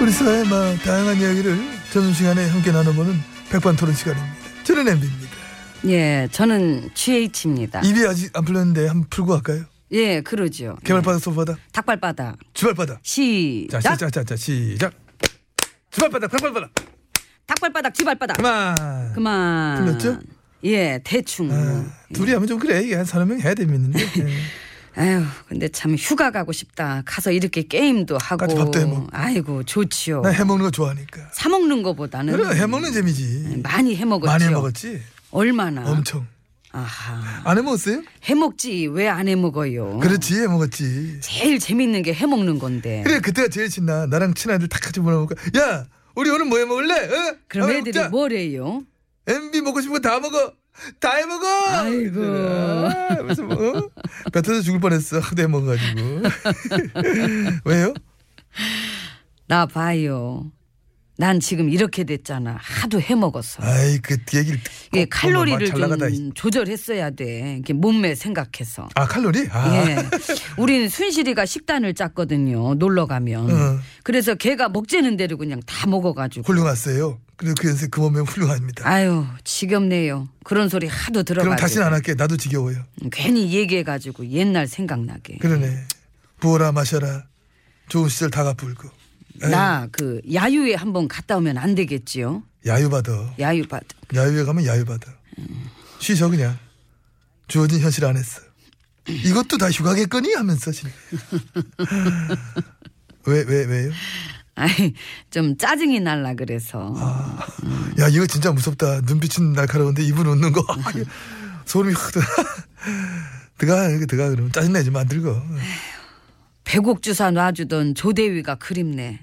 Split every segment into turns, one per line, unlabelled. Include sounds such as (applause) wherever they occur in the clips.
우리 사회의 막 다양한 이야기를 점심시간에 함께 나눠보는 백반토론 시간입니다. 저는 엠비입니다.
예, 저는 GH입니다.
입이 아직 안 풀렸는데 한번 풀고 갈까요?
예, 그러죠.
개발바다 소바다
닭발바닥.
주발바다
시작.
자, 자, 자, 자, 자, 시작. 주발바다 닭발바다
닭발바닥, 지발바닥.
그만. 아,
그만.
불렀죠?
예, 대충.
아, 둘이 하면 좀 그래. 이게 한 서너 명 해야 재밌는데. 예.
아유, 근데 참 휴가 가고 싶다. 가서 이렇게 게임도 하고.
같이 밥도 해 먹고.
아이고, 좋지요.
나 해먹는 거 좋아하니까.
사 먹는 거보다는
그래, 해먹는 재미지.
많이 해 먹었지요.
많이 해먹었지?
얼마나?
엄청.
아하.
안 해먹었어요?
해 먹지 왜 안 해 먹어요?
그렇지, 해먹었지.
제일 재밌는 게 해 먹는 건데.
그래, 그때가 제일 신나. 나랑 친아들 다 같이 물어볼까. 야, 우리 오늘 뭐 해먹을래? 어?
그럼
밥해
애들이
먹자.
뭐래요?
MB 먹고 싶은 거 다 먹어. 다 해먹어.
아이고.
아, 무슨 뭐? 뱉어서 죽을 뻔했어. 하도 해먹어가지고. (laughs) 왜요?
나 봐요. 난 지금 이렇게 됐잖아. 하도 해 먹어서.
아이 그 얘기를 듣고
이게 예, 칼로리를
잘 나가다.
좀 조절했어야 돼. 이게 몸매 생각해서.
아 칼로리? 아.
예. 우린 순실이가 식단을 짰거든요. 놀러 가면.
어.
그래서 걔가 먹재는 대로 그냥 다 먹어가지고.
훌륭하세요. 그리고 그 연세 그 몸에 훌륭합니다.
아유, 지겹네요. 그런 소리 하도 들어가지고. 음,
그럼 다시는 안 할게. 나도 지겨워요.
괜히 얘기해가지고 옛날 생각나게.
그러네. 부어라 마셔라. 좋은 시절 다 갚을고. 예.
나 그 야유회 한번 갔다 오면 안 되겠지요?
야유받아.
야유 받.
야유에 가면 야유받아. 쉬셔 그냥. 주어진 현실 안 했어. 이것도 다 휴가겠거니 하면서 진. (laughs) 왜왜 왜요?
아이 좀 짜증이 날라 그래서.
아. 야 이거 진짜 무섭다. 눈빛은 날카로운데 입은 웃는 거. (laughs) 소름이 확 (laughs) 돋아. 드가 이렇게 드가 그러면 짜증내지 만들고.
배곡 주사 놔주던 조대위가 그립네.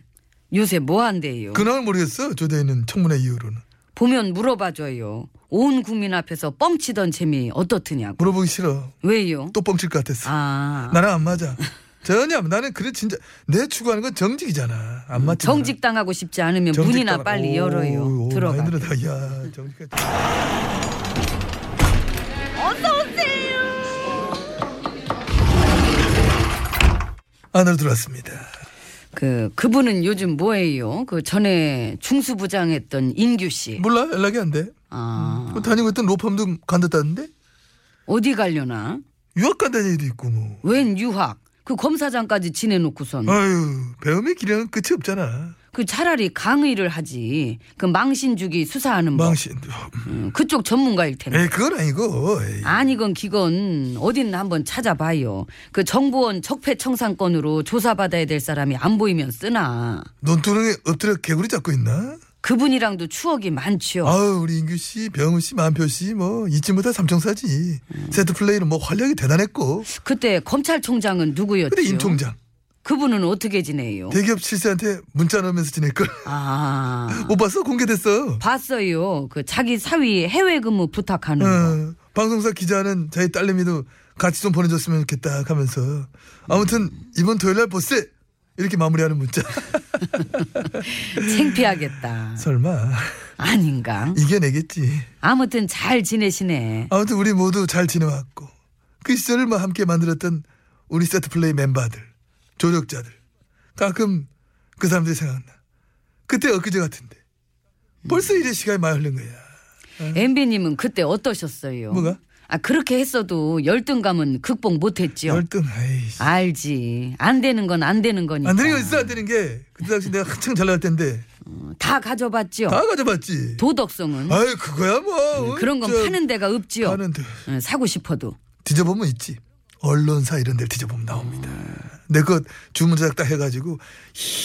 요새 뭐 한대요?
그날 모르겠어. 조대인은 청문회 이후로는
보면 물어봐줘요. 온 국민 앞에서 뻥치던 재미 어떻느냐고.
물어보기 싫어.
왜요?
또 뻥칠 것 같았어.
아,
나랑 안 맞아. 전혀 안- 나는 그래 진짜 내 추구하는 건 정직이잖아. 안
음,
맞지.
정직 당하고 싶지 않으면
정직
문이나
따라-
빨리
오,
열어요.
오,
들어가.
많이 늘어다. 야 정직까지. 안으로 들어왔습니다.
그 그분은 요즘 뭐예요? 그 전에 중수부장했던 인규 씨.
몰라 연락이 안 돼.
아,
그 다니고 있던 로펌도 간댔다는데
어디 가려나?
유학 간다는 얘기도 있고 뭐.
웬 유학? 그 검사장까지 지내놓고선
어. 아유 배움의 기량은 끝이 없잖아.
그 차라리 강의를 하지. 그 망신 주기 수사하는 법.
망신.
음, 그쪽 전문가일 텐데.
에이 그건 아니고. 에이.
아니건 기건 어딘 한번 찾아봐요. 그 정보원 적폐청산건으로 조사받아야 될 사람이 안 보이면 쓰나.
논두렁에 엎드려 개구리 잡고 있나?
그분이랑도 추억이 많지요.
아우 우리 인규 씨, 병우 씨, 만표 씨 뭐 잊지못할 삼총사지.
음.
세트 플레이는 뭐 활력이 대단했고.
그때 검찰총장은 누구였죠?
근데 네. 임 총장
그분은 어떻게 지내요?
대기업 실세한테 문자 넣으면서 지낼 걸. (laughs)
아
못 봤어? 공개됐어.
봤어요. 그 자기 사위 해외 근무 부탁하는 거.
어, 방송사 기자는 자기 딸내미도 같이 좀 보내줬으면 좋겠다 하면서 아무튼 이번 토요일 날 보세 이렇게 마무리하는 문자. (laughs)
창피하겠다.
설마
아닌가?
이겨내겠지.
아무튼 잘 지내시네.
아무튼 우리 모두 잘 지내왔고 그 시절을 뭐 함께 만들었던 우리 세트 플레이 멤버들, 조력자들 가끔 그 사람들이 생각나. 그때 엊그제 같은데 벌써 이래 시간이 많이 흐른 거야.
엠비님은 그때 어떠셨어요?
뭐가?
아, 그렇게 했어도 열등감은 극복 못했지요.
열등. 아이씨.
알지. 안 되는 건 안 되는 거니까.
안 되는 거 있어 안 되는 게 그때 당시 내가 한창 잘 나갈 텐데
다 가져봤지요.
다 가져봤지.
도덕성은
아유 그거야 뭐.
어. 네, 그런 건
저,
파는 데가 없지요.
파는 데.
어, 사고 싶어도.
뒤져보면 있지. 언론사 이런 데를 뒤져보면 나옵니다. 내 것 주문 제작 딱 해가지고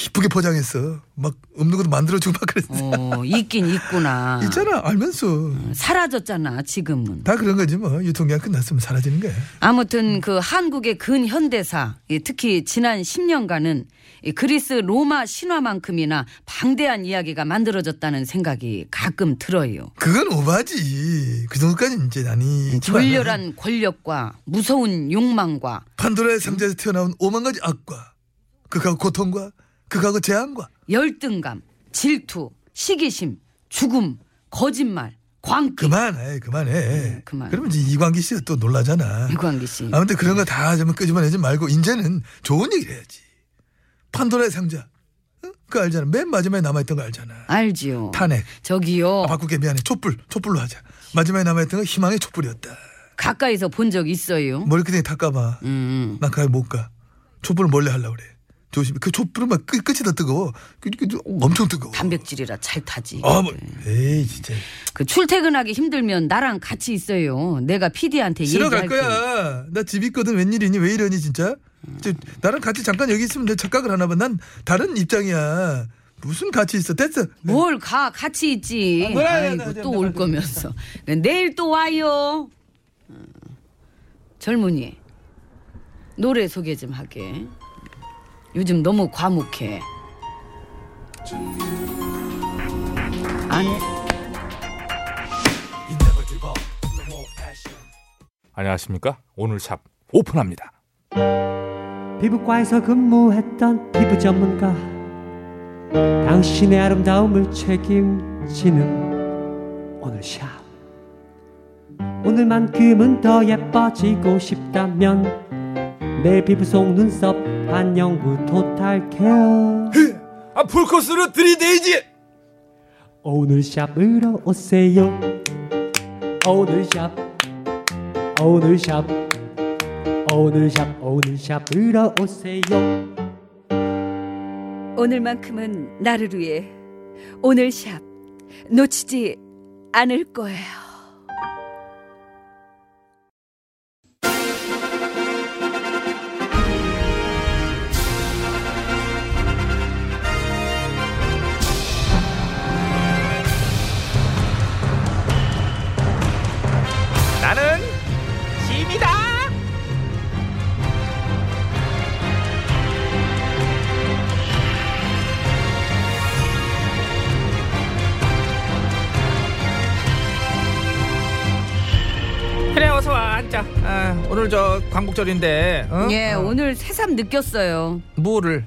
이쁘게 포장했어. 막 없는 것도 만들어주고 막 그랬어.
어, 있긴 있구나.
(laughs) 있잖아 알면서
사라졌잖아, 지금은.
다 그런 거지 뭐 유통기한 끝났으면 사라지는 거야.
아무튼 그 한국의 근현대사, 이 특히 지난 10년간은 그리스 로마 신화만큼이나 방대한 이야기가 만들어졌다는 생각이 가끔 들어요.
그건 오바지. 그 정도까지 이제 아니.
네, 졸렬한 권력과 무서운 욕망과
판도라의 상자에서 튀어나온 오만 가지 악과 극하고 고통과 극하고 재앙과
열등감, 질투, 시기심, 죽음, 거짓말, 광기.
그만해 그만해.
네, 그만.
그러면 이제 이광기 씨가 또 놀라잖아.
유광기 씨.
아무튼 그런 거 다 좀 끄집어내지 말고 이제는 좋은 얘기를 해야지. 판도라의 상자. 응? 그거 알잖아. 맨 마지막에 남아있던 거 알잖아.
알지요.
탄핵.
저기요.
아, 바꾸게 미안해. 촛불. 촛불로 하자. 마지막에 남아있던 거 희망의 촛불이었다.
가까이서 본 적 있어요.
머리 그냥 닦아봐.
음.
난 가게 못 가. 촛불을 몰래 하려고 그래. 조심해. 그 촛불은 막 끝, 끝이 다 뜨거워. 그- 그- 그 엄청 뜨거워.
단백질이라 잘 타지.
아, 뭐. 에이, 진짜.
그 출퇴근하기 힘들면 나랑 같이 있어요. 내가 PD한테
싫어 갈
얘기할 게.
거야. 나 집 있거든. 웬일이니? 왜 이러니, 진짜? 저, 나랑 같이 잠깐 여기 있으면 내 착각을 하나 봐. 난 다른 입장이야. 무슨 같이 있어. 됐어.
뭘 가, 같이 있지.
뭐야, 야, 나
아이고,
이제
또 올 거면서. 내일 또 와요. 음, 젊은이, 노래 소개 좀 하게. 요즘 너무 과묵해. 안 해.
안녕하십니까? 오늘 샵 오픈합니다.
피부과에서 근무했던 피부 전문가 당신의 아름다움을 책임지는 오늘 샵 오늘만큼은 더 예뻐지고 싶다면 내 피부 속 눈썹 반영구 토탈 케어
아, 풀코스로 들이대지!
어, 오늘 샵으로 오세요 어, 오늘 샵 어, 오늘 샵 어, 오늘 샵 오늘 샵으로 오세요
오늘만큼은 나를 위해 오늘 샵 놓치지 않을 거예요.
나는 짐이다. 그래 어서 와 앉자. 아, 오늘 저 광복절인데. 어?
예,
어.
오늘 새삼 느꼈어요.
뭐를?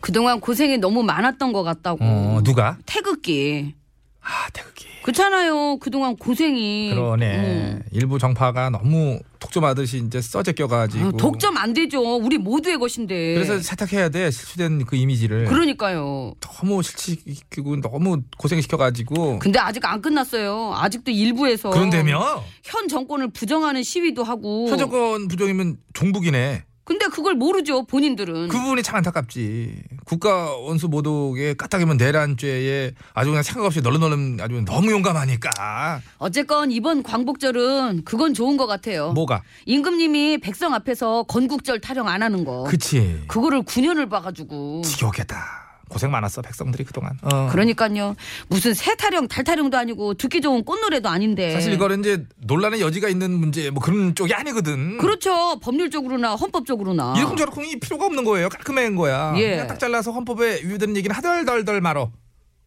그동안 고생이 너무 많았던 것 같다고.
어
네.
누가?
태극기.
아 태극기.
그렇잖아요. 그동안 고생이.
그러네.
음.
일부 정파가 너무 독점하듯이 이제 써재 껴가지고.
아, 독점 안 되죠. 우리 모두의 것인데.
그래서 세탁해야 돼 실추된 그 이미지를.
그러니까요.
너무 실추시키고 너무 고생시켜가지고.
근데 아직 안 끝났어요. 아직도 일부에서
그런데며
현 정권을 부정하는 시위도
어.
하고.
서정권 부정이면 종북이네.
근데 그걸 모르죠. 본인들은.
그 부분이 참 안타깝지. 국가 원수 모독에 까딱이면 내란죄에 아주 그냥 생각 없이 널널널 아주 너무 용감하니까.
어쨌건 이번 광복절은 그건 좋은 것 같아요.
뭐가?
임금님이 백성 앞에서 건국절 타령 안 하는 거.
그치.
그거를 9년을 봐가지고.
지겹겠다. 고생 많았어 백성들이 그동안. 어.
그러니까요. 무슨 새 타령, 달 타령도 아니고 듣기 좋은 꽃노래도 아닌데.
사실 이거는 이제 논란의 여지가 있는 문제 뭐 그런 쪽이 아니거든.
그렇죠. 법률적으로나 헌법적으로나.
이러쿵저러쿵이 필요가 없는 거예요. 깔끔한 거야.
예.
그냥 딱 잘라서 헌법에 위배되는 얘기는 하덜덜덜 말어.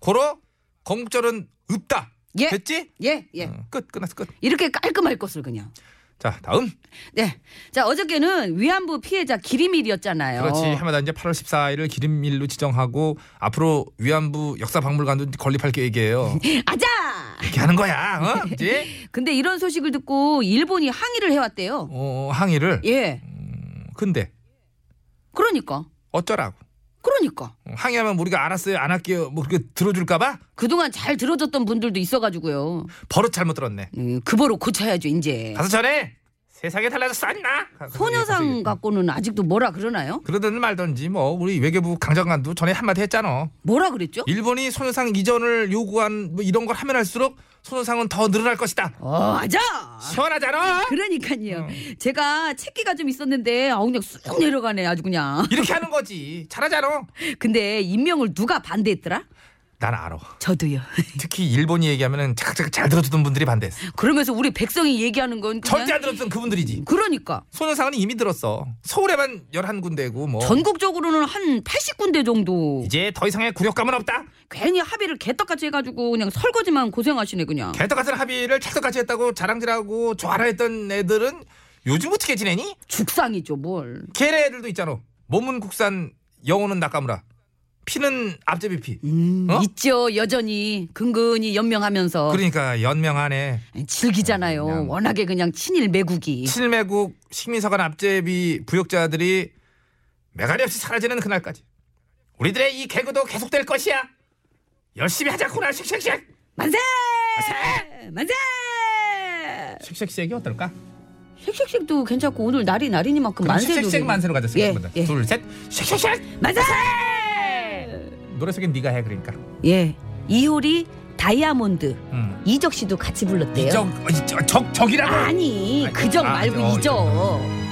고로 건국절은 없다.
예.
됐지?
예, 예.
응, 끝 끝났어 끝.
이렇게 깔끔할 것을 그냥.
자 다음.
네. 자, 어저께는 위안부 피해자 기림일이었잖아요.
그렇지 해마다 이제 8월 14일을 기림일로 지정하고 앞으로 위안부 역사박물관도 건립할
(laughs)
계획이에요.
아자!
이렇게 하는 거야. 어? 그치?
근데 이런 소식을 듣고 일본이 항의를 해왔대요.
음. 어, 항의를.
예.
근데
그러니까.
어쩌라고?
그러니까
항의하면 우리가 알았어요 안 할게요 뭐 그렇게 들어줄까봐
그동안 잘 들어줬던 분들도 있어가지고요.
버릇 잘못 들었네.
음, 그 버릇 고쳐야죠 이제.
가서 전해 세상에 달라졌어 안나
네.
그
소녀상 갖고는 아직도 뭐라 그러나요?
그러든 말든지 뭐 우리 외교부 강장관도 전에 한마디 했잖아.
뭐라 그랬죠?
일본이 소녀상 이전을 요구한 뭐 이런 걸 하면 할수록 소녀상은 더 늘어날 것이다.
어, 맞아.
시원하잖아.
그러니까요.
음.
제가 책기가 좀 있었는데 아 그냥 쑥 내려가네 아주 그냥.
이렇게 하는 거지. 잘하잖아.
근데 임명을 누가 반대했더라?
난 알아.
저도요.
특히 일본이 얘기하면은 착착 잘 들어주던 분들이 반대했어.
그러면서 우리 백성이 얘기하는 건 그냥
절대 안 들었던 그분들이지.
그러니까
소녀상은 이미 들었어. 서울에만 11군데고 뭐.
전국적으로는 한 80군데 정도
이제 더 이상의 굴욕감은 없다.
괜히 합의를 개떡같이 해가지고 그냥 설거지만 고생하시네 그냥
개떡 같은 합의를 찰떡같이 했다고 자랑질하고 좋아라 했던 애들은 요즘 어떻게 지내니?
죽상이죠 뭘
걔네 애들도 있잖아. 몸은 국산, 영혼은 낙가무라. 피는 앞제비 피. 어?
음, 있죠 여전히 근근히 연명하면서 예,
그러니까 연명하네.
즐기잖아요
그냥.
워낙에 그냥 친일 매국이
칠매국 식민사관 앞제비 부역자들이 매가리 없이 사라지는 그날까지 우리들의 이 개그도 계속될 것이야. 열심히 하자 코나 쉑쉑쉑.
만세 만세
쉑쉑쉑이 어떨까?
쉑쉑쉑도 괜찮고 오늘 날이 날이니만큼 만세도
쉑쉑쉑 만세로 가자.
예,
생각보다.
예.
둘 셋. 쉑쉑쉑.
만세
노래 속엔 네가 해 그러니까.
예 이효리 다이아몬드
음.
이적 씨도 같이 불렀대요
이적 적 적이라고.
아니 그적
아,
말고
어,
이적
이적.